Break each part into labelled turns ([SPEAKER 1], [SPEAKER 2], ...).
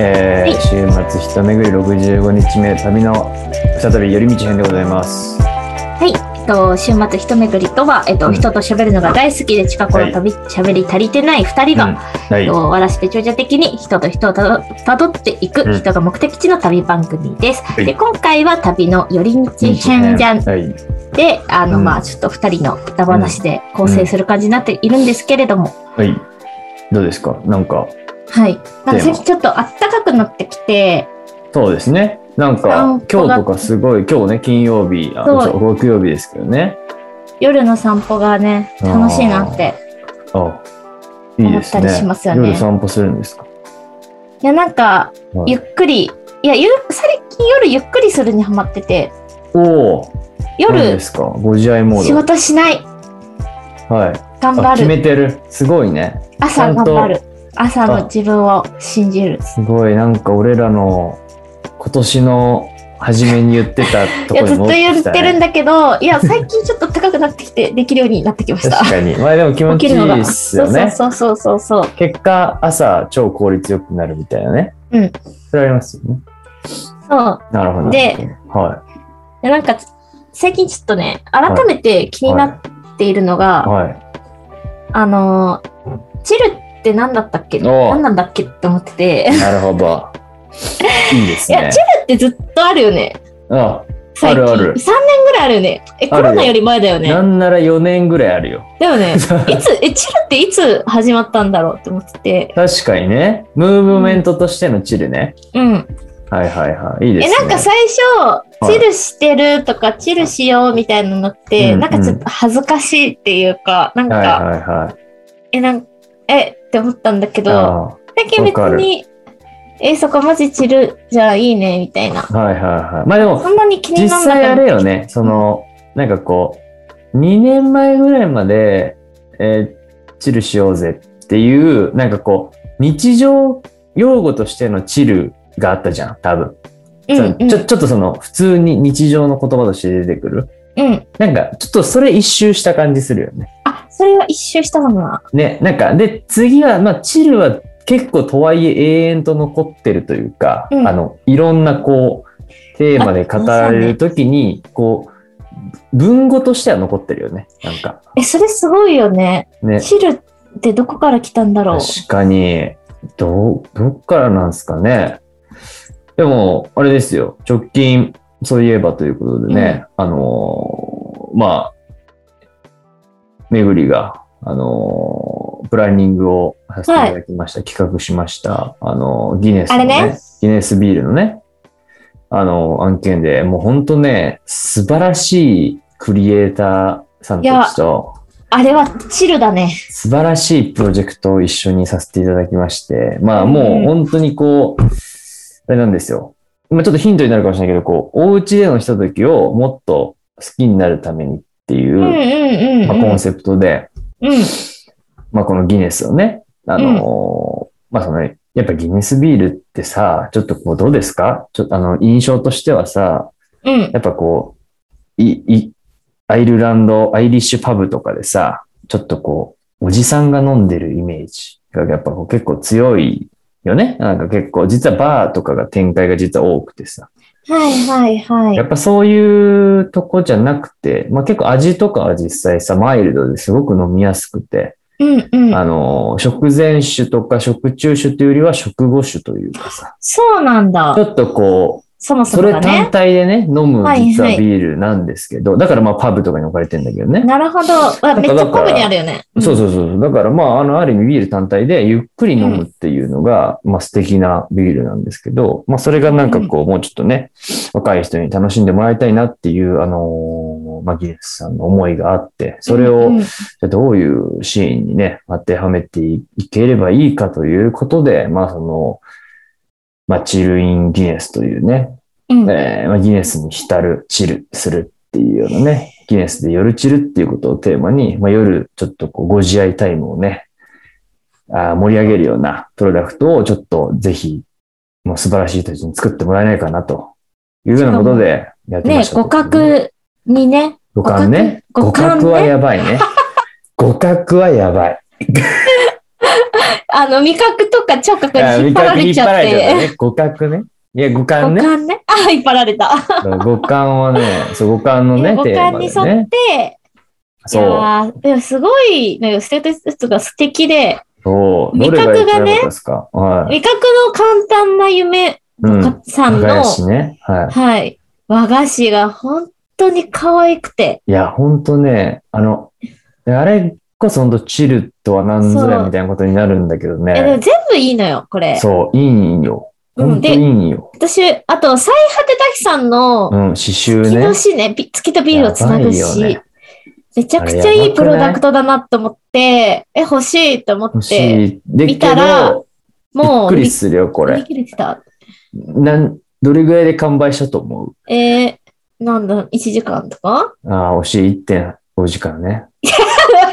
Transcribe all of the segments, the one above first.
[SPEAKER 1] えー週末一巡り65日目旅の再び寄り道編でございます。
[SPEAKER 2] はい、えっと、週末一巡りとは、えっと、
[SPEAKER 1] うん
[SPEAKER 2] 人と喋るのが大好きで近頃
[SPEAKER 1] はい
[SPEAKER 2] 旅、喋り足りてない二人
[SPEAKER 1] うん
[SPEAKER 2] が、
[SPEAKER 1] は
[SPEAKER 2] えっ
[SPEAKER 1] い
[SPEAKER 2] と、終わらせて長者的に人と人をたどたどっていく、
[SPEAKER 1] うん
[SPEAKER 2] 人が目的地の旅番組です。
[SPEAKER 1] い
[SPEAKER 2] で、今回は旅の寄り道編じゃん
[SPEAKER 1] はい、
[SPEAKER 2] で、あの、
[SPEAKER 1] うん
[SPEAKER 2] まあ、ちょっと二人の歌話で構成する感じになっているんですけれども、
[SPEAKER 1] はい、どうですかなんか
[SPEAKER 2] はい。なん
[SPEAKER 1] で
[SPEAKER 2] か
[SPEAKER 1] も
[SPEAKER 2] 最近ちょっと暖かくなってきて、
[SPEAKER 1] そうですねなんか
[SPEAKER 2] 散
[SPEAKER 1] 今
[SPEAKER 2] 歩が
[SPEAKER 1] 日とかすごい今日ね金曜日あ
[SPEAKER 2] そう
[SPEAKER 1] そう木曜日ですけどね
[SPEAKER 2] 夜の散歩がね、楽しいなって
[SPEAKER 1] あいいです
[SPEAKER 2] 思った
[SPEAKER 1] ね
[SPEAKER 2] りしますよね
[SPEAKER 1] 夜散歩するんですか、
[SPEAKER 2] いやなんか
[SPEAKER 1] はい
[SPEAKER 2] ゆっくりいやゆ最近夜ゆっくりするにハマってて
[SPEAKER 1] おお何で
[SPEAKER 2] 夜
[SPEAKER 1] すかご自愛モ
[SPEAKER 2] 仕
[SPEAKER 1] ー
[SPEAKER 2] 事しない
[SPEAKER 1] ドはい
[SPEAKER 2] 頑
[SPEAKER 1] あ
[SPEAKER 2] 張
[SPEAKER 1] 決め
[SPEAKER 2] る
[SPEAKER 1] てるすごいね
[SPEAKER 2] 朝頑張
[SPEAKER 1] ち
[SPEAKER 2] る朝の自分を信じる
[SPEAKER 1] すごいなんか俺らの今年の初めに言ってたと
[SPEAKER 2] い
[SPEAKER 1] こ
[SPEAKER 2] や
[SPEAKER 1] に
[SPEAKER 2] ずっと
[SPEAKER 1] 戻って
[SPEAKER 2] 言
[SPEAKER 1] き、
[SPEAKER 2] った
[SPEAKER 1] ね、
[SPEAKER 2] てるんだけどいや最近ちょっと高くなって きてできるようになってきました
[SPEAKER 1] 確かにまあでも気持
[SPEAKER 2] 起
[SPEAKER 1] ちい
[SPEAKER 2] きるの
[SPEAKER 1] いっ
[SPEAKER 2] が
[SPEAKER 1] す
[SPEAKER 2] そ
[SPEAKER 1] よ
[SPEAKER 2] うそう
[SPEAKER 1] ね
[SPEAKER 2] そうそうそうそう
[SPEAKER 1] 結果朝超効率よくなるみたいなね
[SPEAKER 2] うん
[SPEAKER 1] それありますよね
[SPEAKER 2] そう
[SPEAKER 1] なるほど
[SPEAKER 2] で
[SPEAKER 1] は
[SPEAKER 2] でなんか最近ちょっとね改めて気
[SPEAKER 1] い
[SPEAKER 2] になっているのが、
[SPEAKER 1] はい
[SPEAKER 2] あのーチルって何だったっけ
[SPEAKER 1] おう
[SPEAKER 2] 何なんだっけって思ってて
[SPEAKER 1] なるほどいいです
[SPEAKER 2] いや
[SPEAKER 1] ね
[SPEAKER 2] チルってずっとあるよね
[SPEAKER 1] あ
[SPEAKER 2] 最近
[SPEAKER 1] あるある
[SPEAKER 2] 3年ぐらいあるよねえ
[SPEAKER 1] ある
[SPEAKER 2] コ
[SPEAKER 1] よ
[SPEAKER 2] ロナより前だよね
[SPEAKER 1] なんなら4年ぐらいあるよ
[SPEAKER 2] だよ ねいつえチルっていつ始まったんだろうって思ってて
[SPEAKER 1] 確かにねムーブメントとしてのチルね、
[SPEAKER 2] うん
[SPEAKER 1] はいはいはいいいで
[SPEAKER 2] え
[SPEAKER 1] すね
[SPEAKER 2] なんか最
[SPEAKER 1] い
[SPEAKER 2] 初チルしてるとかチルしようみたいなのって、
[SPEAKER 1] うん
[SPEAKER 2] なんかちょっと恥ずかしいっていうかなんか、
[SPEAKER 1] はいはいはい
[SPEAKER 2] えなんえって思ったんだけど
[SPEAKER 1] あ
[SPEAKER 2] 最近別
[SPEAKER 1] わかる
[SPEAKER 2] にえそこマジチルじゃあいいねみたいな
[SPEAKER 1] あはいはいはいまあでも
[SPEAKER 2] そんなに気に
[SPEAKER 1] 実
[SPEAKER 2] なら
[SPEAKER 1] 際あ
[SPEAKER 2] なかっ
[SPEAKER 1] れよね、その、なんかこう、2年前ぐらいまで、えーチルしようぜっていう、なんかこう、日常用語としてのチルがあったじゃん、多分。
[SPEAKER 2] たうん
[SPEAKER 1] そのちょちょっとその、普通に日常の言葉として出てくる。
[SPEAKER 2] うんうん
[SPEAKER 1] なんか、ちょっとそれ一周した感じするよね。
[SPEAKER 2] あそれは一周したかもな
[SPEAKER 1] ね、なんか、で、次は、まあ、チルは結構とはいえ永遠と残ってるというか、
[SPEAKER 2] うん
[SPEAKER 1] あの、いろんなこう、テーマで語られるときに、こう、文語としては残ってるよね。なんか、
[SPEAKER 2] えそれすごいよね
[SPEAKER 1] ね。
[SPEAKER 2] チルってどこから来たんだろう
[SPEAKER 1] 確かに、どう、どっからなんですかね。でも、あれですよ。直近、そういえばということでね、あのーまあ、めぐりが、あのープランニングをさせていただきました。企画しました。あのーギネスのね
[SPEAKER 2] あれね
[SPEAKER 1] ギネスビールのね、あのー案件で、もう本当ね、素晴らしいクリエイターさんたちと、
[SPEAKER 2] あれはチルだね。
[SPEAKER 1] 素晴らしいプロジェクトを一緒にさせていただきまして、まあもう本当にこう、あれなんですよ。まあちょっとヒントになるかもしれないけど、こう、お家でのひとときをもっと好きになるためにっていうう、
[SPEAKER 2] んうんうん、うん。
[SPEAKER 1] まあ、コンセプトで、
[SPEAKER 2] うん。
[SPEAKER 1] まあこのギネスをね、あのーまあその、やっぱギネスビールってさ、ちょっとこうどうですかちょっとあの、印象としてはさ、
[SPEAKER 2] うん。
[SPEAKER 1] やっぱこう、い、い、アイルランド、アイリッシュパブとかでさ、ちょっとこう、おじさんが飲んでるイメージがやっぱこう結構強いよね。なんか結構、実はバーとかが展開が実は多くてさ。
[SPEAKER 2] はいはいは
[SPEAKER 1] やっ
[SPEAKER 2] い。
[SPEAKER 1] ぱそういうとこじゃなくて、まあ結構味とかは実際さ、マイルドですごく飲みやすくて、
[SPEAKER 2] うんうん。
[SPEAKER 1] あの、食前酒とか食中酒というよりは食後酒というかさ、
[SPEAKER 2] そうなん
[SPEAKER 1] ちょ
[SPEAKER 2] だ。
[SPEAKER 1] っとこう、
[SPEAKER 2] そもそ
[SPEAKER 1] そ
[SPEAKER 2] も
[SPEAKER 1] れ
[SPEAKER 2] が
[SPEAKER 1] 単
[SPEAKER 2] ね。
[SPEAKER 1] 体でね、飲む
[SPEAKER 2] はい
[SPEAKER 1] 実は
[SPEAKER 2] は
[SPEAKER 1] ビ
[SPEAKER 2] い
[SPEAKER 1] ールなんですけど、だからまあパブとかに置かれてんだけどね。
[SPEAKER 2] なるほど。わめっちゃパブにあるよね。
[SPEAKER 1] そう
[SPEAKER 2] う
[SPEAKER 1] そうそう。だからまあ、あの、ある意味ビール単体でゆっくり飲むっていうのが、まあ素敵なビールなんですけど、まあそれがなんかこう、もうちょっとね、若い人に楽しんでもらいたいなっていう、あのーまあギネスさんの思いがあって、それ
[SPEAKER 2] ん
[SPEAKER 1] を
[SPEAKER 2] うん
[SPEAKER 1] じゃあどういうシーンにね、当てはめていければいいかということで、まあその、まあチルインギネスというね、
[SPEAKER 2] うん
[SPEAKER 1] えーまあ、ギネスに浸る、チルするっていうようなね、ギネスで夜チルっていうことをテーマに、まあ、夜ちょっとこうご自愛タイムをね、あー盛り上げるようなプロダクトをちょっとぜひ、もう素晴らしい人たちに作ってもらえないかなというようなことでやってま
[SPEAKER 2] ね
[SPEAKER 1] した、
[SPEAKER 2] 互角にね。
[SPEAKER 1] 五感ね。
[SPEAKER 2] 互
[SPEAKER 1] 互角
[SPEAKER 2] 角 互角ね
[SPEAKER 1] はやばいね。互角はやばい。
[SPEAKER 2] あの、味覚とか聴覚に引っ張られちゃっ
[SPEAKER 1] いや
[SPEAKER 2] て。
[SPEAKER 1] ね。五角ね。いや、五
[SPEAKER 2] 五
[SPEAKER 1] 感ね。
[SPEAKER 2] 感ね。あ、引っ張られた。
[SPEAKER 1] 五感はね、そう、五感のね、
[SPEAKER 2] 五感に
[SPEAKER 1] テーマで
[SPEAKER 2] 沿っ
[SPEAKER 1] ね。
[SPEAKER 2] て、い
[SPEAKER 1] そう。
[SPEAKER 2] やーでもすごい、なんかステータスが素敵で、
[SPEAKER 1] そう。
[SPEAKER 2] 味覚がね
[SPEAKER 1] どれが一番良かったですかはい。
[SPEAKER 2] 味覚の簡単な夢
[SPEAKER 1] うん。
[SPEAKER 2] さ
[SPEAKER 1] 高
[SPEAKER 2] んの、
[SPEAKER 1] 林ね。は
[SPEAKER 2] はい、和菓子が本当に可愛くて、
[SPEAKER 1] い。いや、ほんとね、あの、あれこそほんとチルとは何ぞやみたいなことになるんだけど
[SPEAKER 2] えでも
[SPEAKER 1] ね。
[SPEAKER 2] 全部いいのよ、これ。
[SPEAKER 1] そう、いいんよ。ほ
[SPEAKER 2] うん
[SPEAKER 1] んといいんよ。
[SPEAKER 2] 私、あと、最果て滝さんの
[SPEAKER 1] う、ん、刺繍
[SPEAKER 2] 月
[SPEAKER 1] ね
[SPEAKER 2] の。詩ね、び月とビールをつなぐ
[SPEAKER 1] やば
[SPEAKER 2] し、
[SPEAKER 1] いよね
[SPEAKER 2] めちゃくちゃいいプロダクトだなと思って、え、欲しいと思
[SPEAKER 1] 欲
[SPEAKER 2] っ、
[SPEAKER 1] してい。で
[SPEAKER 2] 見
[SPEAKER 1] け
[SPEAKER 2] たら
[SPEAKER 1] ど、び
[SPEAKER 2] も
[SPEAKER 1] っ
[SPEAKER 2] う、
[SPEAKER 1] くりするよ、こ
[SPEAKER 2] 売り
[SPEAKER 1] れ。
[SPEAKER 2] 切れてた。
[SPEAKER 1] なん、どれぐらいで完売したと思う
[SPEAKER 2] えー、なんだ、1時間とか
[SPEAKER 1] ああ、惜しい1.5時間ね。
[SPEAKER 2] や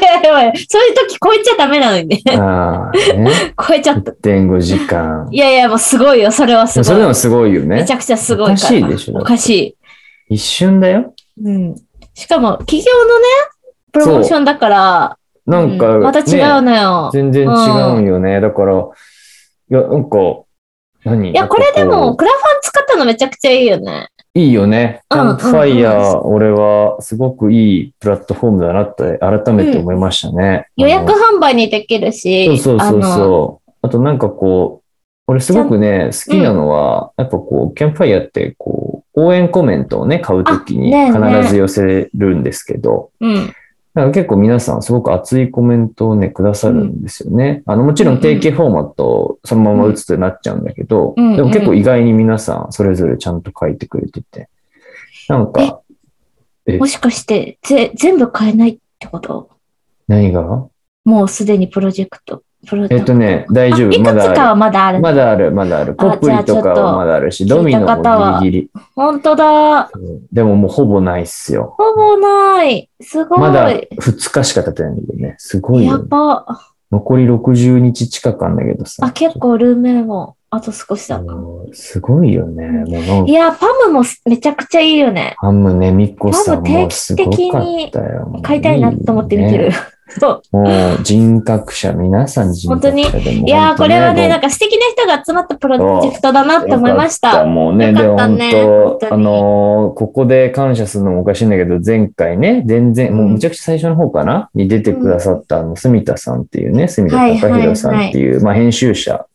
[SPEAKER 2] ばいやばいそういう時超えちゃダメなのにね。
[SPEAKER 1] ああ、ね。
[SPEAKER 2] 超えちゃった。
[SPEAKER 1] 1.5時間。
[SPEAKER 2] いやいや、もうすごいよ、それはす
[SPEAKER 1] それで
[SPEAKER 2] ごい。
[SPEAKER 1] もすごいよ
[SPEAKER 2] め
[SPEAKER 1] ね
[SPEAKER 2] ち。ゃくちゃすご
[SPEAKER 1] お
[SPEAKER 2] いから。
[SPEAKER 1] かしいでしょ
[SPEAKER 2] おかしい。
[SPEAKER 1] 一瞬だよ。
[SPEAKER 2] うん。しかも、企業のね、プロモーションだから、
[SPEAKER 1] なんか、
[SPEAKER 2] うまた違う
[SPEAKER 1] ね。
[SPEAKER 2] のよ。
[SPEAKER 1] 全然違うよね。だから、いや、なんか、何
[SPEAKER 2] いや、これでも、。
[SPEAKER 1] なんか
[SPEAKER 2] クラファン使ったのめちゃくちゃいいよね。
[SPEAKER 1] ういいよね。キ
[SPEAKER 2] うん
[SPEAKER 1] ャンプファイヤー、俺は、すごくいいプラットフォームだなって、改めて思いましたね。
[SPEAKER 2] 予約
[SPEAKER 1] あ
[SPEAKER 2] 販売にできるし、
[SPEAKER 1] のそうそうそう
[SPEAKER 2] あの
[SPEAKER 1] そう。あとなんかこう、俺すごくね、好きなのは、やっぱこう、キャンプファイヤーって、こう、応援コメントをね、買うときに
[SPEAKER 2] あねえ
[SPEAKER 1] 必
[SPEAKER 2] ねえ
[SPEAKER 1] ず寄せるんですけど、
[SPEAKER 2] うん。
[SPEAKER 1] なんか結構皆さんすごく熱いコメントをね、くださるんですよね。あの、もちろん定型フォーマットをそのまま打つとなっちゃうんだけど、
[SPEAKER 2] うんうん
[SPEAKER 1] でも結構意外に皆さんそれぞれちゃんと書いてくれてて。なんか、え
[SPEAKER 2] もしかして、ぜ、全部買えないってこと
[SPEAKER 1] 何が
[SPEAKER 2] もうすでにプロジェクト。プロダ
[SPEAKER 1] え
[SPEAKER 2] ク
[SPEAKER 1] っ
[SPEAKER 2] ト
[SPEAKER 1] とね、大丈
[SPEAKER 2] あい
[SPEAKER 1] 夫。
[SPEAKER 2] く
[SPEAKER 1] ま
[SPEAKER 2] つか
[SPEAKER 1] だあ
[SPEAKER 2] は
[SPEAKER 1] る。
[SPEAKER 2] まだある。
[SPEAKER 1] まだある、まだある。
[SPEAKER 2] あじゃ
[SPEAKER 1] ポ
[SPEAKER 2] あ
[SPEAKER 1] プリとか
[SPEAKER 2] ちょっと
[SPEAKER 1] はまだあるし、ドミノ
[SPEAKER 2] 聞いた方は
[SPEAKER 1] もギリギリ。
[SPEAKER 2] 本当
[SPEAKER 1] う
[SPEAKER 2] だ。
[SPEAKER 1] んでももうほぼないっすよ。
[SPEAKER 2] ほぼない。すごい。
[SPEAKER 1] まだ2日しか経ってないんだけどね。すごい
[SPEAKER 2] や
[SPEAKER 1] よ、ね。
[SPEAKER 2] ば。
[SPEAKER 1] 残り60日近くあんだけどさ。
[SPEAKER 2] あ、結構ルーメンも、あと少しだ
[SPEAKER 1] あ
[SPEAKER 2] か
[SPEAKER 1] のすごいよね。もうなんか、
[SPEAKER 2] いや、パムもめちゃくちゃいいよね。
[SPEAKER 1] ハムね、ミコさ
[SPEAKER 2] 多
[SPEAKER 1] ん
[SPEAKER 2] 分
[SPEAKER 1] もすごか
[SPEAKER 2] 定期
[SPEAKER 1] ったよ。
[SPEAKER 2] 買いたいなと思って見てる。
[SPEAKER 1] ね
[SPEAKER 2] そう。
[SPEAKER 1] もう人格者、皆さん人格者でも
[SPEAKER 2] いやー、これはね、なん
[SPEAKER 1] か
[SPEAKER 2] か素敵な人が集まったプロジェクトだなって思いました。
[SPEAKER 1] もうね、
[SPEAKER 2] よ
[SPEAKER 1] で
[SPEAKER 2] か
[SPEAKER 1] も
[SPEAKER 2] った
[SPEAKER 1] 本
[SPEAKER 2] ね本当
[SPEAKER 1] 当、
[SPEAKER 2] に
[SPEAKER 1] あのーここで感謝するのもおかしいんだけど、前回ね、全然、もうむちゃくちゃ最初の方かなに出てくださった、あの、住田さんっていうね、住田隆弘さんっていう、まあ、編集者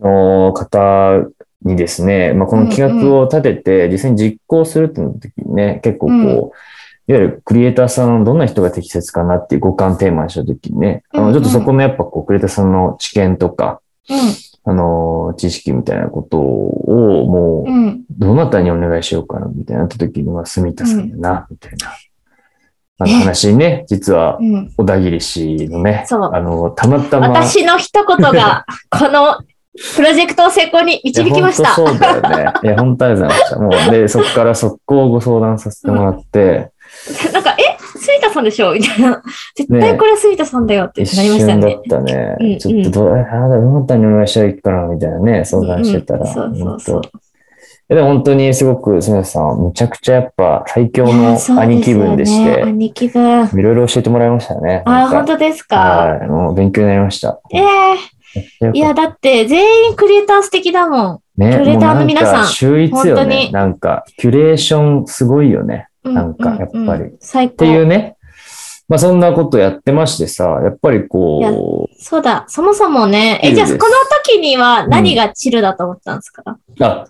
[SPEAKER 1] の方にですね、まあ、この企画を立てて、実際に実行するっていう時にね、結構こう、
[SPEAKER 2] うん
[SPEAKER 1] いわゆるクリエイターさんのどんな人が適切かなっていう五感テーマにした時にね、あ
[SPEAKER 2] うん
[SPEAKER 1] の、
[SPEAKER 2] うん
[SPEAKER 1] ちょっとそこのやっぱこう、クリエイターさんの知見とか、
[SPEAKER 2] う
[SPEAKER 1] あの、知識みたいなことを、もう、
[SPEAKER 2] ん。うん。
[SPEAKER 1] どなたにお願いしようかな、みたいなった時には、住田さんだな、みたいな。あの
[SPEAKER 2] ね
[SPEAKER 1] 話にね、実は、
[SPEAKER 2] うん。
[SPEAKER 1] 小田切氏のね、
[SPEAKER 2] そう
[SPEAKER 1] あの、たまたま、
[SPEAKER 2] 私の一 言が、このプロジェクトを成功に
[SPEAKER 1] いや
[SPEAKER 2] 導きました。
[SPEAKER 1] 本当そうだよね。いや、本当ありがとうございました。もう、で、そこから速攻ご相談させてもらって、
[SPEAKER 2] なんか、え杉田さんでしょみたいな。絶対これは杉田さんだよって
[SPEAKER 1] 一
[SPEAKER 2] なりました
[SPEAKER 1] 瞬
[SPEAKER 2] よ
[SPEAKER 1] だ
[SPEAKER 2] ね
[SPEAKER 1] っ。たね。
[SPEAKER 2] うんうん
[SPEAKER 1] ちょっとどう、ああ、どなたにお願いしたらいいかな、みたいなね、相談してたら。
[SPEAKER 2] うんうんそうそうそう
[SPEAKER 1] 本当いやでも本当にすごく、すみさん、むちゃくちゃやっぱ最強
[SPEAKER 2] い
[SPEAKER 1] の
[SPEAKER 2] やそう
[SPEAKER 1] 兄貴
[SPEAKER 2] すよね
[SPEAKER 1] 分でして、
[SPEAKER 2] 兄貴分。
[SPEAKER 1] いろいろ教えてもらいましたね。
[SPEAKER 2] あー、
[SPEAKER 1] なん
[SPEAKER 2] 本
[SPEAKER 1] か
[SPEAKER 2] 当ですか。
[SPEAKER 1] はい、もう勉強になりました。
[SPEAKER 2] ええいや、だって全員クリエイター素敵だも
[SPEAKER 1] ね、
[SPEAKER 2] クリエイターの皆さん
[SPEAKER 1] もうなか秀逸よ
[SPEAKER 2] 本当
[SPEAKER 1] ね。
[SPEAKER 2] に
[SPEAKER 1] なんか、キュレーションすごいよね。
[SPEAKER 2] ん。
[SPEAKER 1] なんかやっぱり
[SPEAKER 2] うんうんうん最
[SPEAKER 1] っ
[SPEAKER 2] 高
[SPEAKER 1] ていうね。まあそんなことやってましてさ、やっぱりこ
[SPEAKER 2] そうだ、そもそもね、え、
[SPEAKER 1] いい
[SPEAKER 2] じゃ
[SPEAKER 1] で
[SPEAKER 2] あ
[SPEAKER 1] す
[SPEAKER 2] この時には何がチルだと思ったんですか、
[SPEAKER 1] う、あ、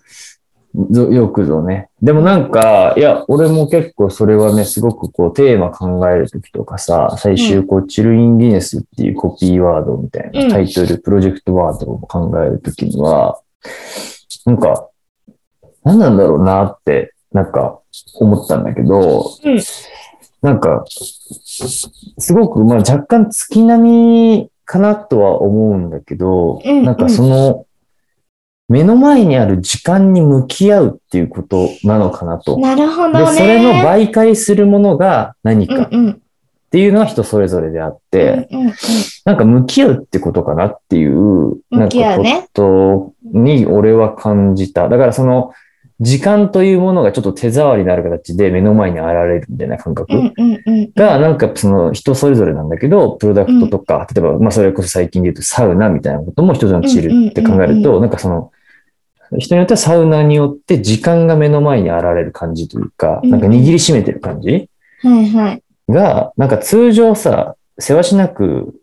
[SPEAKER 1] ぞよくぞね。でもなんか、いや、俺も結構それはね、すごくこうテーマ考えるときとかさ、最終こう、チルインギネスっていうコピーワードみたいな、
[SPEAKER 2] うん
[SPEAKER 1] タイトル、プロジェクトワードを考えるときには、なんか、何なんだろうなって、なんか思ったんだけど、
[SPEAKER 2] うん
[SPEAKER 1] なんか、すごく、まあ若干月並みかなとは思うんだけど、
[SPEAKER 2] うん
[SPEAKER 1] なんかその、目の前にある時間に向き合うっていうことなのかなと。
[SPEAKER 2] なるほど
[SPEAKER 1] で、
[SPEAKER 2] ね。
[SPEAKER 1] それの媒介するものが何かっ
[SPEAKER 2] うんうん。
[SPEAKER 1] ていうのは人それぞれであって、
[SPEAKER 2] うんうんうん
[SPEAKER 1] なんか向き合うってことかなっていう、なん
[SPEAKER 2] 向
[SPEAKER 1] か
[SPEAKER 2] き合うね
[SPEAKER 1] ことに俺は感じた。だからその、時間というものがちょっと手触りのある形で目の前に現れるみたいな感覚。
[SPEAKER 2] うんうんうん。
[SPEAKER 1] が、なんかその人それぞれなんだけど、プロダクトとか、例えば、まあそれこそ最近で言うとサウナみたいなことも一つのチルって考え
[SPEAKER 2] うんう
[SPEAKER 1] る
[SPEAKER 2] んうん
[SPEAKER 1] と、なんかその、人によってはサウナによって時間が目の前に現れる感じというか、
[SPEAKER 2] うん
[SPEAKER 1] なんか握りしめてる感じ
[SPEAKER 2] はいはい。
[SPEAKER 1] が、なんか通常さ、せわしなく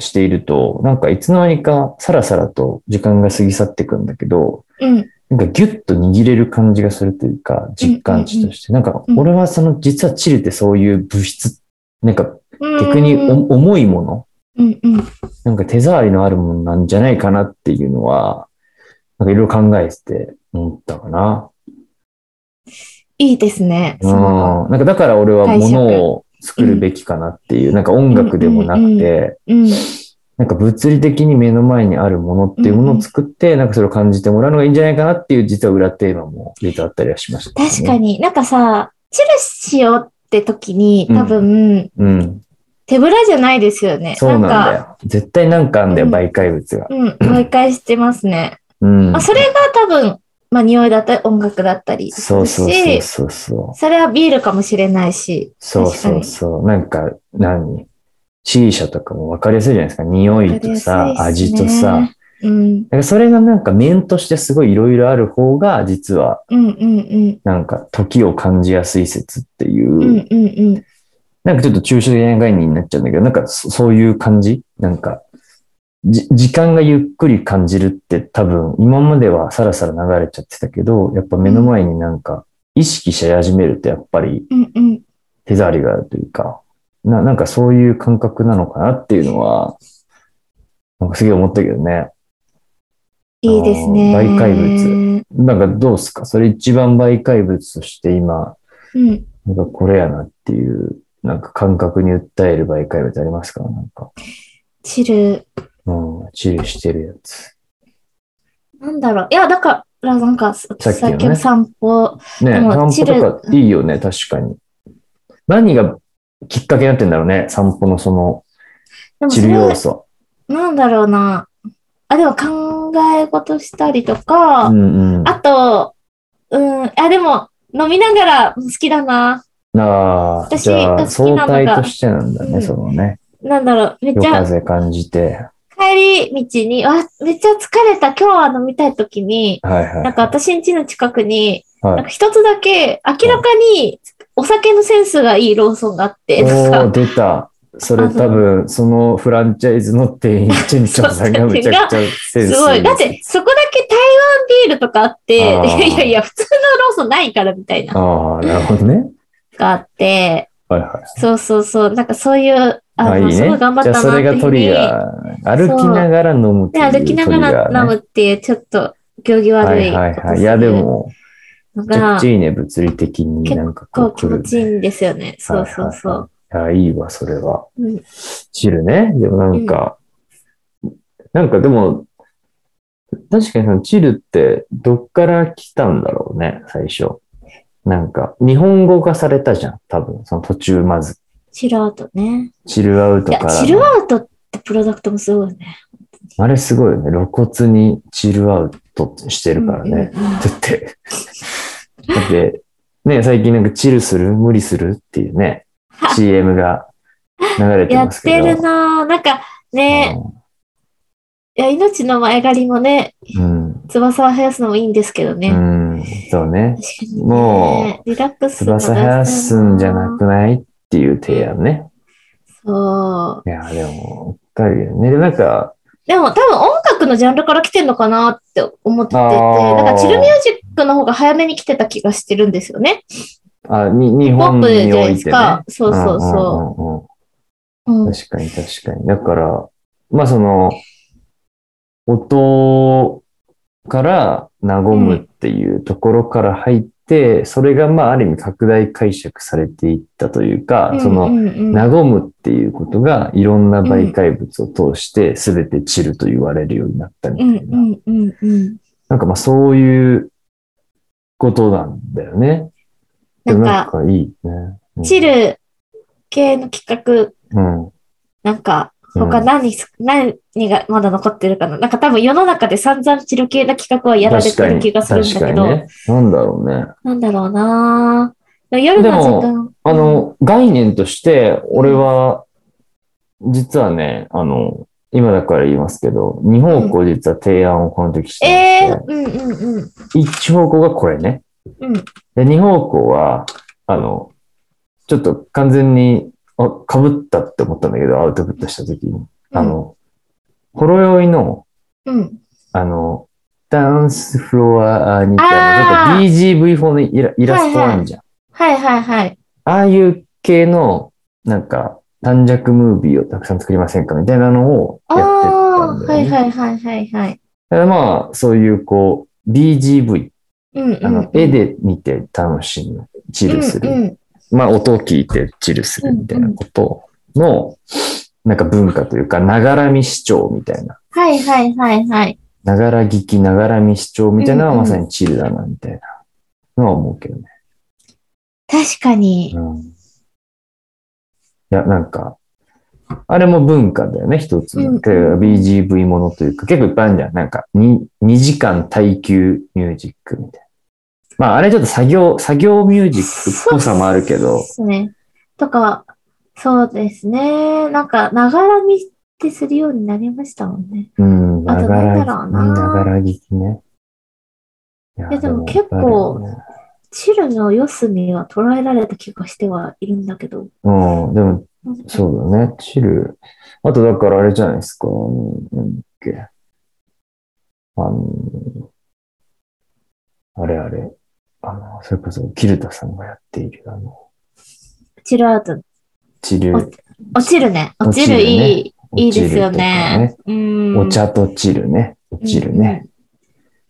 [SPEAKER 1] していると、なんかいつの間にかさらさらと時間が過ぎ去っていくんだけど、
[SPEAKER 2] うん。
[SPEAKER 1] なんかギュッと握れる感じがするというか、実感値として。なんか俺はその、実はチルってそういう物質、なんか逆にお
[SPEAKER 2] うん
[SPEAKER 1] 重いもの、
[SPEAKER 2] うんうん。
[SPEAKER 1] なんか手触りのあるものなんじゃないかなっていうのは、なんかいろいろ考えてて思ったかな。
[SPEAKER 2] いいですね。
[SPEAKER 1] うん
[SPEAKER 2] その。
[SPEAKER 1] なんかだから俺は
[SPEAKER 2] 解釈
[SPEAKER 1] 物を作るべきかなっていう、なんか音楽でもな
[SPEAKER 2] うん
[SPEAKER 1] く
[SPEAKER 2] うん
[SPEAKER 1] て、
[SPEAKER 2] うん。
[SPEAKER 1] なんか物理的に目の前にあるものっていうものを作って、なんかそれを感じてもらうのがいいんじゃないかなっていう実は裏テーマも入れてあったりはしました、
[SPEAKER 2] 確か
[SPEAKER 1] に。
[SPEAKER 2] になんかさ、チルしようって時に多分、
[SPEAKER 1] うん。
[SPEAKER 2] 手ぶらじゃないですよね。
[SPEAKER 1] そうなんだ
[SPEAKER 2] か、
[SPEAKER 1] よ。絶対なんかあんだよ、
[SPEAKER 2] うん
[SPEAKER 1] 媒介物が。
[SPEAKER 2] うん、毎回してますね。
[SPEAKER 1] うん
[SPEAKER 2] まあ、。それが多分、まあ、匂いだったり音楽だったりす
[SPEAKER 1] そう
[SPEAKER 2] る
[SPEAKER 1] そうそう
[SPEAKER 2] し、
[SPEAKER 1] そうそう。
[SPEAKER 2] それはビールかもしれないし、
[SPEAKER 1] そうそうそう。なんか、何 ?C 社とかも分かりやすいじゃないですか。匂いとさ、
[SPEAKER 2] わかりやすい
[SPEAKER 1] 味
[SPEAKER 2] です
[SPEAKER 1] と
[SPEAKER 2] ね
[SPEAKER 1] さ。だ
[SPEAKER 2] うん、
[SPEAKER 1] からそれがなんか面としてすごいいろいろある方が、実は
[SPEAKER 2] うん、うん、うん、
[SPEAKER 1] なんか時を感じやすい説っていう、
[SPEAKER 2] うん、うん、うん。
[SPEAKER 1] なんかちょっと抽象的な概念になっちゃうんだけど、なんかそそういう感じなんか、じ時間がゆっくり感じるって多分今まではさらさら流れちゃってたけど、やっぱ目の前になんか意識し始めるとやっぱり
[SPEAKER 2] うんうん、
[SPEAKER 1] 手触りがあるというか、ななんかそういう感覚なのかなっていうのは、なんかすげえ思ったけどね。
[SPEAKER 2] いいですね。
[SPEAKER 1] あの媒介物。なんかどうっすかそれ一番媒介物として今、
[SPEAKER 2] うん。
[SPEAKER 1] なんかこれやなっていう、なんか感覚に訴える媒介物ありますかなんか。
[SPEAKER 2] チル。
[SPEAKER 1] うん、チルしてるやつ。
[SPEAKER 2] なんだろう。いや、だから、なんか、さ
[SPEAKER 1] さっきのね
[SPEAKER 2] っきの散歩。
[SPEAKER 1] ね
[SPEAKER 2] で
[SPEAKER 1] 散
[SPEAKER 2] も
[SPEAKER 1] 歩とかいいよね、確かに。何がきっかけになってんだろうね散歩のその
[SPEAKER 2] でも
[SPEAKER 1] チ
[SPEAKER 2] そ
[SPEAKER 1] ル
[SPEAKER 2] れは
[SPEAKER 1] 要素。
[SPEAKER 2] なんだろうな。あ、でも考え事したりとか、
[SPEAKER 1] うんうん。
[SPEAKER 2] あと、うん、あ、でも、飲みながら好きだな。
[SPEAKER 1] ああ、
[SPEAKER 2] 私
[SPEAKER 1] じゃ
[SPEAKER 2] が
[SPEAKER 1] あ
[SPEAKER 2] 好き
[SPEAKER 1] 相
[SPEAKER 2] なのが
[SPEAKER 1] 対としてなんだね、
[SPEAKER 2] うん
[SPEAKER 1] そのね。
[SPEAKER 2] なんだろう、めっち
[SPEAKER 1] 夜
[SPEAKER 2] ゃ、
[SPEAKER 1] 風感じて。
[SPEAKER 2] 帰り道に、わ、めっちゃ疲れた、今日は飲みたい時に、
[SPEAKER 1] はいはい。
[SPEAKER 2] なんか私ん家の近くに、
[SPEAKER 1] は
[SPEAKER 2] なん
[SPEAKER 1] い、
[SPEAKER 2] か一つだけ明らかにお酒のセンスがいいローソンがあって、なん
[SPEAKER 1] お
[SPEAKER 2] か
[SPEAKER 1] お、出た。それ多分、そのフランチャイズの店員、チェンチョンさんがめちゃくちゃセンス
[SPEAKER 2] すごい。だって、そこだけ台湾ビールとかあって、い
[SPEAKER 1] あー
[SPEAKER 2] やいやいや、普通のローソンないからみたいな、
[SPEAKER 1] ああ、なるほどね。
[SPEAKER 2] があって、
[SPEAKER 1] はいはい。
[SPEAKER 2] そうそうそう、なんかそういう、
[SPEAKER 1] まあ
[SPEAKER 2] あ
[SPEAKER 1] いい
[SPEAKER 2] の、
[SPEAKER 1] ね。
[SPEAKER 2] すごい頑張っ
[SPEAKER 1] じゃあ
[SPEAKER 2] た
[SPEAKER 1] そ
[SPEAKER 2] な
[SPEAKER 1] れ
[SPEAKER 2] って
[SPEAKER 1] が
[SPEAKER 2] 日
[SPEAKER 1] ト
[SPEAKER 2] に
[SPEAKER 1] リガー。歩きながら飲むって
[SPEAKER 2] で、
[SPEAKER 1] いう
[SPEAKER 2] 歩きながら飲むっていう、ちょっと行
[SPEAKER 1] トリ
[SPEAKER 2] 儀
[SPEAKER 1] ガー
[SPEAKER 2] 悪
[SPEAKER 1] ね
[SPEAKER 2] い
[SPEAKER 1] はい
[SPEAKER 2] こ
[SPEAKER 1] はいは
[SPEAKER 2] と
[SPEAKER 1] い。
[SPEAKER 2] す
[SPEAKER 1] いや、で
[SPEAKER 2] る
[SPEAKER 1] も、
[SPEAKER 2] の
[SPEAKER 1] めちゃ
[SPEAKER 2] が、
[SPEAKER 1] くちゃいいね、物理的に。なんかこ
[SPEAKER 2] こう
[SPEAKER 1] う
[SPEAKER 2] 気
[SPEAKER 1] 来
[SPEAKER 2] 持
[SPEAKER 1] る。
[SPEAKER 2] ちいいんですよね。そうそうそう。
[SPEAKER 1] はいはいはい。いや、いいわ、それは。
[SPEAKER 2] うん
[SPEAKER 1] 汁ね。でもなんか、なんかでも、確かにそのチルってどっから来たんだろうね、最初。なんか、日本語化されたじゃん、多分。その途中まず。
[SPEAKER 2] チルアウトね。
[SPEAKER 1] チルアウ
[SPEAKER 2] い
[SPEAKER 1] トか
[SPEAKER 2] や、
[SPEAKER 1] らの。
[SPEAKER 2] チルアウトってプロダクトもすごいね。
[SPEAKER 1] あれすごいよね。露骨にチルアウトしてるからね。
[SPEAKER 2] うんうんうん
[SPEAKER 1] だって、だって、ね、最近なんかチルする無理するっていう ね、CM が流れて
[SPEAKER 2] や
[SPEAKER 1] ます
[SPEAKER 2] っ
[SPEAKER 1] け
[SPEAKER 2] て
[SPEAKER 1] ど。
[SPEAKER 2] るなぁ。なんかね、いや、命の前借りもね、
[SPEAKER 1] うん。
[SPEAKER 2] 翼を生やすのもいいんですけどね。
[SPEAKER 1] う
[SPEAKER 2] 確
[SPEAKER 1] ん。そうね。
[SPEAKER 2] かに
[SPEAKER 1] も
[SPEAKER 2] ね。リラックスのが
[SPEAKER 1] 翼生やすんじゃなくないっていう提案ね。
[SPEAKER 2] そう。
[SPEAKER 1] いや、でも、わかるよね。で、なんか、
[SPEAKER 2] でも多分音楽のジャンルから来てんのかなって思ってて、
[SPEAKER 1] あー
[SPEAKER 2] なんかチルミュージックの方が早めに来てた気がしてるんですよね。
[SPEAKER 1] あに日
[SPEAKER 2] ポ
[SPEAKER 1] 本
[SPEAKER 2] ップじ
[SPEAKER 1] に
[SPEAKER 2] ゃな
[SPEAKER 1] お
[SPEAKER 2] い
[SPEAKER 1] い
[SPEAKER 2] です
[SPEAKER 1] てね。
[SPEAKER 2] か。そうそうそ
[SPEAKER 1] んうんうんうん
[SPEAKER 2] う。うん。
[SPEAKER 1] 確かに確かに。だから、まあその、音から和むっていうところから入って、それがまあある意味拡大解釈されていったというか、その、
[SPEAKER 2] うんうんうん
[SPEAKER 1] 和むっていうことがいろんな媒介物を通して全て散ると言われるようになったみた
[SPEAKER 2] う
[SPEAKER 1] い
[SPEAKER 2] ん
[SPEAKER 1] な。
[SPEAKER 2] うんうんうん。
[SPEAKER 1] なんかまあそういうことなんだよね。でも
[SPEAKER 2] なん
[SPEAKER 1] なんかいいね。うん
[SPEAKER 2] チル系の企画、
[SPEAKER 1] うん。
[SPEAKER 2] なんか、他何す、何がまだ残ってるかな。なんか多分世の中で散々チル系な企画はやられてる気がするんだけど、
[SPEAKER 1] 確かにね。なんだろうね。
[SPEAKER 2] なんだろうなぁ夜の時間。
[SPEAKER 1] あの、概念として、俺は、実はね、あの、今だから言いますけど、二方向実は提案をこの時して
[SPEAKER 2] ええ
[SPEAKER 1] まして、
[SPEAKER 2] うんうんうん。
[SPEAKER 1] 一方向がこれね。
[SPEAKER 2] うん。
[SPEAKER 1] で、二方向は、あの、ちょっと完全に、あ、被ったって思ったんだけど、アウトプットした時に。あの、ほろ酔いの、
[SPEAKER 2] うん。
[SPEAKER 1] あの、ダンスフロアに行った
[SPEAKER 2] あ
[SPEAKER 1] の、
[SPEAKER 2] ー
[SPEAKER 1] ちょっと BGV4 のイライラストあるじゃん。
[SPEAKER 2] はいはいはい。
[SPEAKER 1] ああいう系の、なんか、短尺ムービーをたくさん作りませんかみたいなのをや
[SPEAKER 2] あ
[SPEAKER 1] ってたん
[SPEAKER 2] あー、
[SPEAKER 1] だ
[SPEAKER 2] は
[SPEAKER 1] よ、
[SPEAKER 2] い
[SPEAKER 1] ね。
[SPEAKER 2] はいはいはいはい。
[SPEAKER 1] だからまあ、そういうこう、BGV、
[SPEAKER 2] うん
[SPEAKER 1] あ
[SPEAKER 2] う
[SPEAKER 1] の
[SPEAKER 2] ん。、
[SPEAKER 1] 絵で見て楽しむ、チルする。
[SPEAKER 2] うんうん。
[SPEAKER 1] まあ、音を聞いてチルするみたいなことの、なんか文化というか、ながら見視聴みたいな。
[SPEAKER 2] はいはいはいはい。
[SPEAKER 1] ながら聞き、ながら見視聴みたいなのは
[SPEAKER 2] うんう
[SPEAKER 1] ま
[SPEAKER 2] ん
[SPEAKER 1] さにチルだな、みたいなのは思うけどね。
[SPEAKER 2] 確かに。
[SPEAKER 1] うん。いや、なんか、あれも文化だよね、一つの。
[SPEAKER 2] うんうん
[SPEAKER 1] てか BGV ものというか、結構いっぱいあるじゃん。なんか2、2時間耐久ミュージックみたいな。まあ、あれちょっと作業、作業ミュージックっぽさもあるけ
[SPEAKER 2] そ
[SPEAKER 1] ど
[SPEAKER 2] うで、すね。とか、そうですね。なんか、ながら見ってするようになりましたもんね。
[SPEAKER 1] うん、
[SPEAKER 2] あ
[SPEAKER 1] な
[SPEAKER 2] と
[SPEAKER 1] がら、
[SPEAKER 2] な
[SPEAKER 1] なん
[SPEAKER 2] だろうな
[SPEAKER 1] がら聞きね。いや
[SPEAKER 2] いやでも
[SPEAKER 1] いっぱいあるよね
[SPEAKER 2] チルの四隅は捉えられた気がしてはいるんだけど。
[SPEAKER 1] うん、でも、そうだね、チル。あと、だからあれじゃないですか、あのなんだっけ。あの、あれあれ、あの、それこそ、キルタさんがやっている、あの、
[SPEAKER 2] チルアウト。
[SPEAKER 1] チル、
[SPEAKER 2] 落落ちるね。落
[SPEAKER 1] 落
[SPEAKER 2] ち
[SPEAKER 1] ちる
[SPEAKER 2] る
[SPEAKER 1] ね
[SPEAKER 2] いい、いい
[SPEAKER 1] 落ち
[SPEAKER 2] で
[SPEAKER 1] る
[SPEAKER 2] す
[SPEAKER 1] と
[SPEAKER 2] よ
[SPEAKER 1] か
[SPEAKER 2] ね。。うん。
[SPEAKER 1] お茶とチルね、落ちるね。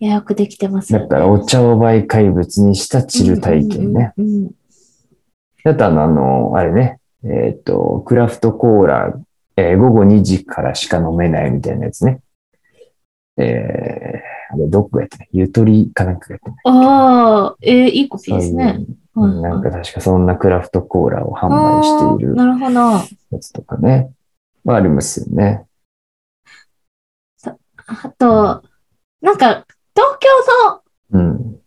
[SPEAKER 2] うん。いや、よくできてますよ
[SPEAKER 1] だ
[SPEAKER 2] ね。
[SPEAKER 1] から、お茶を媒介物にしたチル体験ね。
[SPEAKER 2] うん。うんうん
[SPEAKER 1] だとあの、あの、あれね、えっ、と、クラフトコーラ、えー午後2時からしか飲めないみたいなやつね。えー、あれ、どこがやってないゆとりかなんかがやってない。
[SPEAKER 2] ああ、えー、いいコピ
[SPEAKER 1] そう
[SPEAKER 2] ーで
[SPEAKER 1] い
[SPEAKER 2] す
[SPEAKER 1] う
[SPEAKER 2] ね。
[SPEAKER 1] うんなんか確かそんなクラフトコーラを販売してい
[SPEAKER 2] あー
[SPEAKER 1] る
[SPEAKER 2] なるほど。
[SPEAKER 1] やつとかね。はありますよね。
[SPEAKER 2] あと、なんか、東京の
[SPEAKER 1] うん。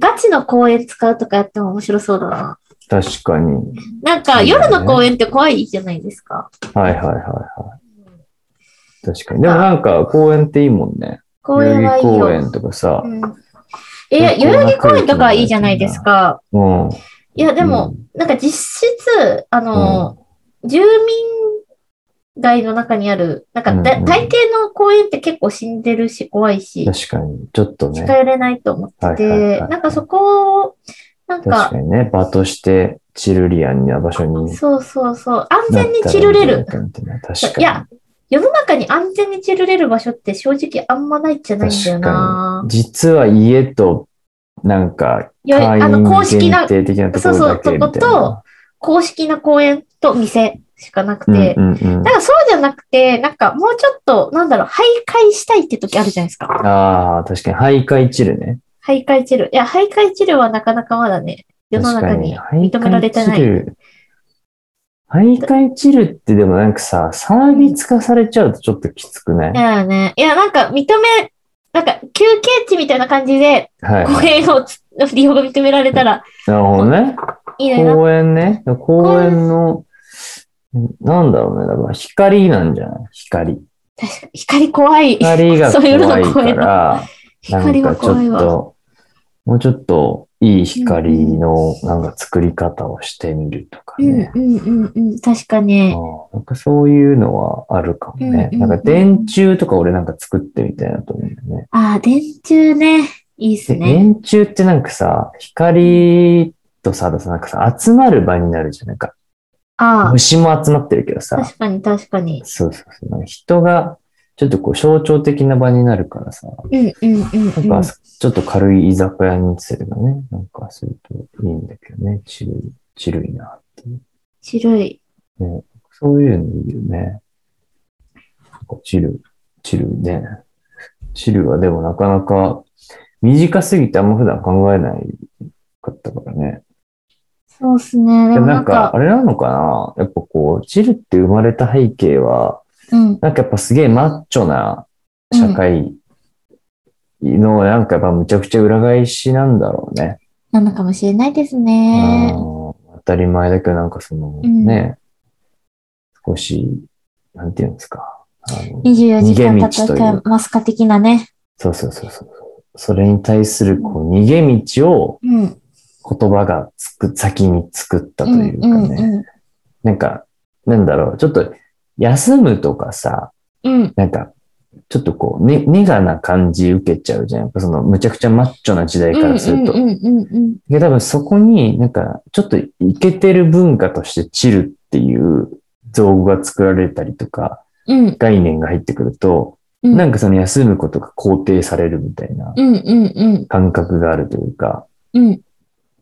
[SPEAKER 2] ガチの公園使うとかやっても面白そうだな。
[SPEAKER 1] 確かに。
[SPEAKER 2] なんか、夜の公園って怖いじゃないですか。
[SPEAKER 1] はいはいはいはい。確かに。でもなんか公園っていいもんね。
[SPEAKER 2] 公園はいい
[SPEAKER 1] 代々木
[SPEAKER 2] よ。
[SPEAKER 1] 公園とかさ
[SPEAKER 2] う。ん、いや、
[SPEAKER 1] 結構
[SPEAKER 2] 代々木公園
[SPEAKER 1] 仲
[SPEAKER 2] とか
[SPEAKER 1] 良くなる
[SPEAKER 2] いいじゃないですか。
[SPEAKER 1] うん。
[SPEAKER 2] いや、でも、なんか実質、あの、住民街の中にある、なんかだ、
[SPEAKER 1] うんうん
[SPEAKER 2] 大抵の公園って結構死んでるし、怖いし、
[SPEAKER 1] 確かに。ちょっとね。
[SPEAKER 2] 近寄れないと思って
[SPEAKER 1] はいはいはい
[SPEAKER 2] て、
[SPEAKER 1] はい
[SPEAKER 2] なんかそこを、なん
[SPEAKER 1] 確
[SPEAKER 2] か、
[SPEAKER 1] かにね、場としてチルリアンな場所に
[SPEAKER 2] そうそうそう、安
[SPEAKER 1] な
[SPEAKER 2] 全に散るれる。
[SPEAKER 1] ったらいいんじゃないかみたいな。確かに。
[SPEAKER 2] いや、世の中に安全に散るれる場所って正直あんまないんじゃないんだよな。
[SPEAKER 1] 実は家と、なんか、
[SPEAKER 2] よ
[SPEAKER 1] 会
[SPEAKER 2] あの、
[SPEAKER 1] 員
[SPEAKER 2] 公式
[SPEAKER 1] 限
[SPEAKER 2] な、
[SPEAKER 1] 定的なところだけみたいな。
[SPEAKER 2] そうそう公式な公園と店しかなくて、
[SPEAKER 1] うんうんうん
[SPEAKER 2] なんかそうじゃなくて、なんかもうちょっと、なんだろう、徘徊したいって時あるじゃないですか。
[SPEAKER 1] ああ、確かに、徘徊チルね。
[SPEAKER 2] 徘徊チル。いや、徘徊チルはなかなかまだね、世の中に
[SPEAKER 1] 確かに
[SPEAKER 2] 認められてな
[SPEAKER 1] 徘徊チ
[SPEAKER 2] い。
[SPEAKER 1] ル徘徊チルってでもなんかさ、サービス化されちゃうとちょっときつくない
[SPEAKER 2] いやね、いや、なんか認め、なんか休憩地みたいな感じで、
[SPEAKER 1] はい。
[SPEAKER 2] 公園をつ利用が認められたら
[SPEAKER 1] なるほどね。
[SPEAKER 2] いいのよな。
[SPEAKER 1] 公園ね。公園の、なんだろうね。だから光なんじゃない光。
[SPEAKER 2] 確かに光怖い。
[SPEAKER 1] 光が
[SPEAKER 2] そういうの
[SPEAKER 1] 怖い
[SPEAKER 2] 怖
[SPEAKER 1] か
[SPEAKER 2] いな
[SPEAKER 1] ら、なん
[SPEAKER 2] 光
[SPEAKER 1] か
[SPEAKER 2] は
[SPEAKER 1] ちょ
[SPEAKER 2] 怖い
[SPEAKER 1] っ
[SPEAKER 2] わ。
[SPEAKER 1] と、もうちょっといい光のなんか作り方をしてみるとか
[SPEAKER 2] うん
[SPEAKER 1] ね。
[SPEAKER 2] うんうんうん、確か
[SPEAKER 1] あ
[SPEAKER 2] に。
[SPEAKER 1] ーなんかそういうのはあるかもね。
[SPEAKER 2] うんうん
[SPEAKER 1] なんか電柱とか俺なんか作ってみたいなと思うんだよね。
[SPEAKER 2] ああ、電柱ね、いいっす
[SPEAKER 1] で
[SPEAKER 2] ね。
[SPEAKER 1] 電柱ってなんかさ、光とさ、だとなんかさ、集まる場になるじゃん。なんか、
[SPEAKER 2] ああ、
[SPEAKER 1] 虫も集まってるけどさ、
[SPEAKER 2] 確かに確かに。
[SPEAKER 1] そうそうそう。なんか人が、ちょっとこう象徴的な場になるからさ、
[SPEAKER 2] うんうんうん
[SPEAKER 1] なん
[SPEAKER 2] う
[SPEAKER 1] か
[SPEAKER 2] ん。
[SPEAKER 1] ちょっと軽い居酒屋にすればね、なんかするといいんだけどね、ちるい、ちるいな。
[SPEAKER 2] 白い。
[SPEAKER 1] そういうのいいよね。なんかチル、チルね。チルはでもなかなか短すぎてあんま普段考えないかったからね。
[SPEAKER 2] そうっすね。で
[SPEAKER 1] で
[SPEAKER 2] も
[SPEAKER 1] も
[SPEAKER 2] な
[SPEAKER 1] なんん
[SPEAKER 2] か
[SPEAKER 1] か、あ、れなのかなやっぱこう、チルって生まれた背景は、
[SPEAKER 2] うん。
[SPEAKER 1] なんかやっぱすげえマッチョな社会の、なんかやっぱむちゃくちゃ裏返しなんだろうね。
[SPEAKER 2] なのかもしれないです
[SPEAKER 1] う
[SPEAKER 2] ね。
[SPEAKER 1] ん当たり前だけど、なんかその
[SPEAKER 2] うん
[SPEAKER 1] ね、少し、なんていうんですか。あの
[SPEAKER 2] 24時間
[SPEAKER 1] 逃げ道という
[SPEAKER 2] 戦えますか的なね。
[SPEAKER 1] そうそうそうそう。それに対するこう逃げ道を
[SPEAKER 2] うん。
[SPEAKER 1] 言葉がつく、先に作った
[SPEAKER 2] う
[SPEAKER 1] と
[SPEAKER 2] ん
[SPEAKER 1] いう
[SPEAKER 2] う
[SPEAKER 1] か
[SPEAKER 2] ん
[SPEAKER 1] ね。
[SPEAKER 2] う
[SPEAKER 1] なんか、なんだろう、ちょっと休むとかさ、
[SPEAKER 2] ん。うん。
[SPEAKER 1] なんか、ちょっとこう、ね、ネガな感じ受けちゃうじゃん。やっぱその、むちゃくちゃマッチョな時代からすると。
[SPEAKER 2] うんうんうんうん
[SPEAKER 1] で、多分そこになんか、ちょっとイケてる文化としてチルっていう造語が作られたりとか、
[SPEAKER 2] うん。うん
[SPEAKER 1] 概念が入ってくると、
[SPEAKER 2] うん
[SPEAKER 1] なんかその休むことが肯定されるみたいな
[SPEAKER 2] うんうんうん
[SPEAKER 1] 感覚があるというか、
[SPEAKER 2] うん。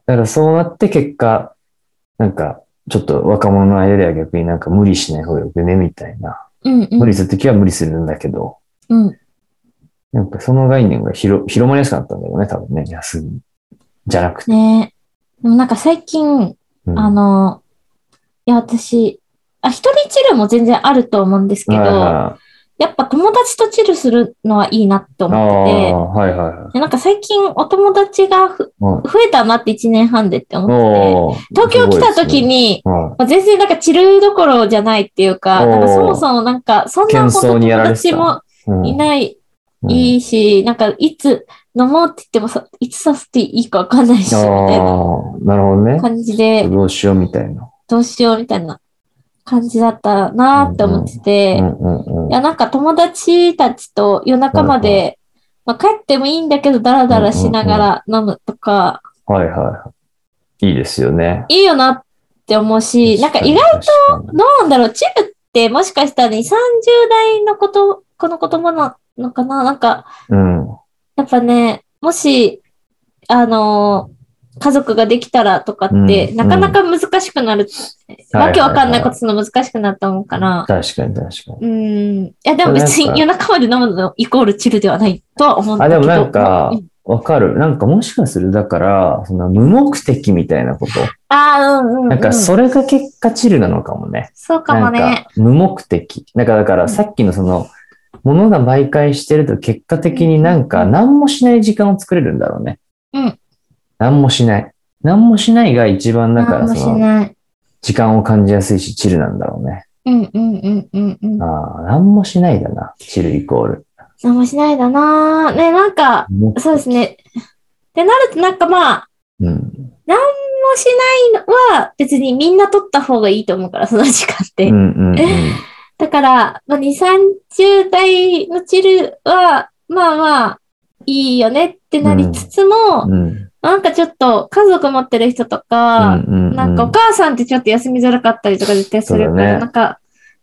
[SPEAKER 1] だからそうなって結果、なんか、ちょっと若者の間では逆になんか無理しない方がよくね、みたいな。
[SPEAKER 2] うんうん。
[SPEAKER 1] 無理するときは無理するんだけど、
[SPEAKER 2] うん。
[SPEAKER 1] なんかその概念が広広まりやすくなったんだよね、多分ね、休み。じゃなくて。
[SPEAKER 2] ねでもなんか最近、
[SPEAKER 1] うん
[SPEAKER 2] あの、いや、私、あ、一人チルも全然あると思うんです
[SPEAKER 1] は
[SPEAKER 2] け
[SPEAKER 1] いはい
[SPEAKER 2] ど、
[SPEAKER 1] はい
[SPEAKER 2] やっぱ友達とチルするのはいいなって
[SPEAKER 1] あ
[SPEAKER 2] 思ってて
[SPEAKER 1] あ、はいはいはい。
[SPEAKER 2] で、なんか最近お友達がふ
[SPEAKER 1] うん
[SPEAKER 2] 増えたなって1年半でって思って
[SPEAKER 1] お
[SPEAKER 2] て、
[SPEAKER 1] ー
[SPEAKER 2] 東京来た時、に、まあ全然なんかチルどころじゃないっていうか、
[SPEAKER 1] おー
[SPEAKER 2] なんかそもそもなんか、そんなほ
[SPEAKER 1] 喧騒
[SPEAKER 2] ど
[SPEAKER 1] にや
[SPEAKER 2] 友
[SPEAKER 1] られてた
[SPEAKER 2] 達もい
[SPEAKER 1] い、
[SPEAKER 2] ない、
[SPEAKER 1] うん
[SPEAKER 2] いいし、なんかいつ飲もうって言ってもさ、いつさせていいかわかんないし、み
[SPEAKER 1] ああ
[SPEAKER 2] たいな
[SPEAKER 1] ー、なるほどね。
[SPEAKER 2] 感じで、
[SPEAKER 1] どうしようみたいな。
[SPEAKER 2] どうしようみたいな感じだったなーって思ってて、
[SPEAKER 1] うんうんうん
[SPEAKER 2] いや、なんか友達たちと夜中ま
[SPEAKER 1] うん
[SPEAKER 2] で、まあ、帰ってもいいんだけど、ダラダラしながら飲むとか、
[SPEAKER 1] はいはい。いいですよね。
[SPEAKER 2] いいよなって思うし、なんか意外、
[SPEAKER 1] と
[SPEAKER 2] どうなんだろう、チルってもしかしたらね、30代のこと、この言葉なのかななんか、
[SPEAKER 1] うん。
[SPEAKER 2] やっぱね、もし、あのー家族ができたらとかって、
[SPEAKER 1] うん
[SPEAKER 2] なかなか難しくな
[SPEAKER 1] はいは
[SPEAKER 2] る。
[SPEAKER 1] いはい
[SPEAKER 2] わけわかんないことするの難しくなると思うから。
[SPEAKER 1] 確かに確かに。
[SPEAKER 2] うん。いや、でも別に
[SPEAKER 1] なんか
[SPEAKER 2] 夜中まで飲むのイコールチルではないとは思うんだ
[SPEAKER 1] あ、
[SPEAKER 2] けど。
[SPEAKER 1] でもなんか
[SPEAKER 2] うん、
[SPEAKER 1] わかる。なんかもしかする、だから、そんな無目的みたいなこと。
[SPEAKER 2] ああ、うんうん、うん。
[SPEAKER 1] なんかそれが結果チルなのかもね。
[SPEAKER 2] そうかも
[SPEAKER 1] なん
[SPEAKER 2] ね。
[SPEAKER 1] か無目的。なんかだからさっきのその、ものが媒介してると結果的になんか何もしない時間を作れるんだろうね。
[SPEAKER 2] うん。
[SPEAKER 1] 何もしない。何もしないが一番だか
[SPEAKER 2] なん
[SPEAKER 1] ら
[SPEAKER 2] もし
[SPEAKER 1] その、
[SPEAKER 2] ない。
[SPEAKER 1] 時間を感じやすいしチルなんだろうね。
[SPEAKER 2] うんうんうんうんうん。
[SPEAKER 1] ああ、何もしないだな。チルイコール。
[SPEAKER 2] 何もしないだなーね、なんか、
[SPEAKER 1] 無
[SPEAKER 2] そうですね。ってなるとなんかまあ、
[SPEAKER 1] うん。
[SPEAKER 2] 何もしないのは別にみんな取った方がいいと思うから、その時間って。
[SPEAKER 1] うんうんうん。
[SPEAKER 2] だから、まあ、2、30代のチルは、まあまあ、いいよねってなりつつも、
[SPEAKER 1] うん
[SPEAKER 2] なんかちょっと家族持ってる人とか、
[SPEAKER 1] な
[SPEAKER 2] なんかお母さんってちょっと休みづらかったりとか絶対す
[SPEAKER 1] そ
[SPEAKER 2] る
[SPEAKER 1] う
[SPEAKER 2] か
[SPEAKER 1] だ
[SPEAKER 2] ら、
[SPEAKER 1] ね
[SPEAKER 2] なんか、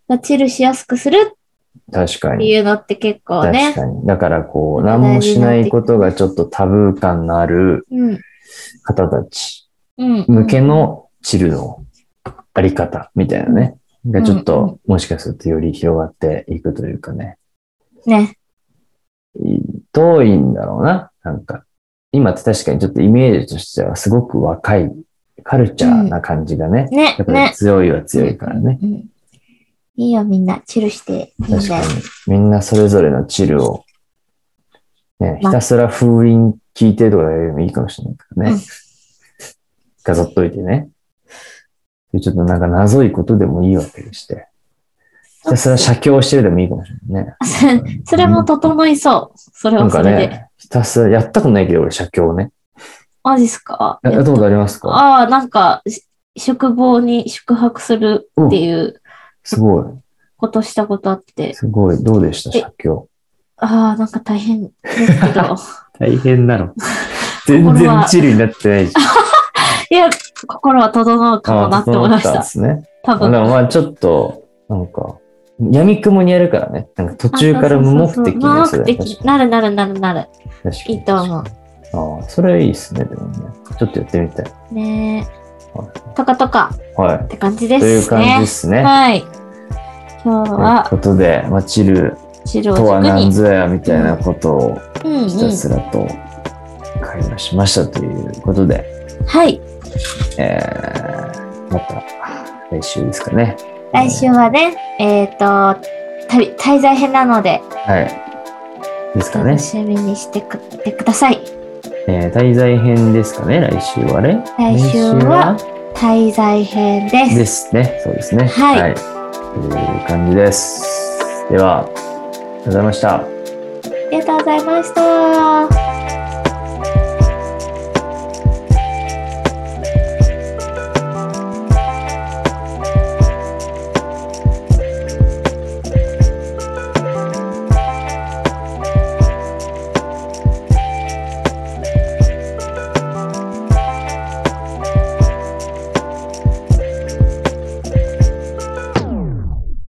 [SPEAKER 2] まあチルしやすくする
[SPEAKER 1] 確か
[SPEAKER 2] って
[SPEAKER 1] に。
[SPEAKER 2] いうのって結構
[SPEAKER 1] 確
[SPEAKER 2] ね。
[SPEAKER 1] かに。だからこう、
[SPEAKER 2] なん
[SPEAKER 1] 何
[SPEAKER 2] か
[SPEAKER 1] もしないことがちょっとタブー感のある
[SPEAKER 2] うん。
[SPEAKER 1] 方たち
[SPEAKER 2] うん。
[SPEAKER 1] 向けのチルのあり方みたいなね。がちょっ
[SPEAKER 2] うんう
[SPEAKER 1] と、もしかするとより広がっていくというかね。
[SPEAKER 2] ね。
[SPEAKER 1] 遠いんだろうな。なんか、今って確かにちょっとイメージとしてはすごく若いカルチャーな感じがね。
[SPEAKER 2] ね
[SPEAKER 1] やっ。ぱり
[SPEAKER 2] ね。
[SPEAKER 1] 強いは強いからね。
[SPEAKER 2] うん。いいよ、みんな。チルして。いいん
[SPEAKER 1] 確
[SPEAKER 2] だ
[SPEAKER 1] か
[SPEAKER 2] よ
[SPEAKER 1] に。。みんなそれぞれのチルを、ね、ひ
[SPEAKER 2] まあ
[SPEAKER 1] たすら封印聞いてとかでもいいかもしれないから
[SPEAKER 2] う
[SPEAKER 1] ね
[SPEAKER 2] ん。
[SPEAKER 1] 飾っといてね。でちょっとなんか謎いことでもいいわけでして。ひたすら写経してるでもいいかもしれないね。
[SPEAKER 2] それも整いそう。それ
[SPEAKER 1] な
[SPEAKER 2] は
[SPEAKER 1] ん
[SPEAKER 2] そ
[SPEAKER 1] か
[SPEAKER 2] れで。
[SPEAKER 1] ね、ひたすら、やったことないけど俺写経ね。
[SPEAKER 2] マジっすか
[SPEAKER 1] ややったことありますか
[SPEAKER 2] ああ、なんか、し宿坊に宿泊するっていう
[SPEAKER 1] すごい。
[SPEAKER 2] ことしたことあって、
[SPEAKER 1] すごい。どうでした
[SPEAKER 2] え
[SPEAKER 1] 写経。
[SPEAKER 2] ああ、なんか大変ですけ ど。
[SPEAKER 1] 大変な の。全
[SPEAKER 2] 全
[SPEAKER 1] 然
[SPEAKER 2] 然
[SPEAKER 1] チ
[SPEAKER 2] チ
[SPEAKER 1] ルになってない じ
[SPEAKER 2] いや、心は整うかもなって思いまし
[SPEAKER 1] んで
[SPEAKER 2] た。
[SPEAKER 1] すね。
[SPEAKER 2] 多
[SPEAKER 1] でも
[SPEAKER 2] 分。
[SPEAKER 1] まあちょっと、なんか、闇雲にやるからね。なんか途中から無目的に
[SPEAKER 2] な
[SPEAKER 1] やつだよ
[SPEAKER 2] 無目
[SPEAKER 1] 確
[SPEAKER 2] 的。なるなるなるなる。
[SPEAKER 1] かに確か
[SPEAKER 2] い
[SPEAKER 1] に
[SPEAKER 2] いと思
[SPEAKER 1] ああ、それはいいですね、でもね。ちょっとやってみたい。
[SPEAKER 2] う。ねえ。とかとか
[SPEAKER 1] は
[SPEAKER 2] って感じ
[SPEAKER 1] い。
[SPEAKER 2] で
[SPEAKER 1] という
[SPEAKER 2] す
[SPEAKER 1] 感じ
[SPEAKER 2] ね
[SPEAKER 1] で。すね。
[SPEAKER 2] はい。今日
[SPEAKER 1] という
[SPEAKER 2] は、
[SPEAKER 1] ことで、まあ、チル
[SPEAKER 2] 白を
[SPEAKER 1] とは
[SPEAKER 2] 軸
[SPEAKER 1] 何
[SPEAKER 2] に。
[SPEAKER 1] ぞやみたいなことを
[SPEAKER 2] うんう
[SPEAKER 1] ひた
[SPEAKER 2] ん。
[SPEAKER 1] すらと会話しましたということで、
[SPEAKER 2] はい。
[SPEAKER 1] えー、また来週ですかね。
[SPEAKER 2] 来週はね、えっ、と、旅、滞在編なので、
[SPEAKER 1] はい。ですかね
[SPEAKER 2] 楽。しみにしてくってください。
[SPEAKER 1] えー滞在編ですかね、来週はね。
[SPEAKER 2] 来週は滞在編
[SPEAKER 1] 来
[SPEAKER 2] で
[SPEAKER 1] 週は
[SPEAKER 2] す。
[SPEAKER 1] ですね、そうですね。
[SPEAKER 2] はい
[SPEAKER 1] という感じです。では、ありがとうございました。
[SPEAKER 2] ありがとうございました。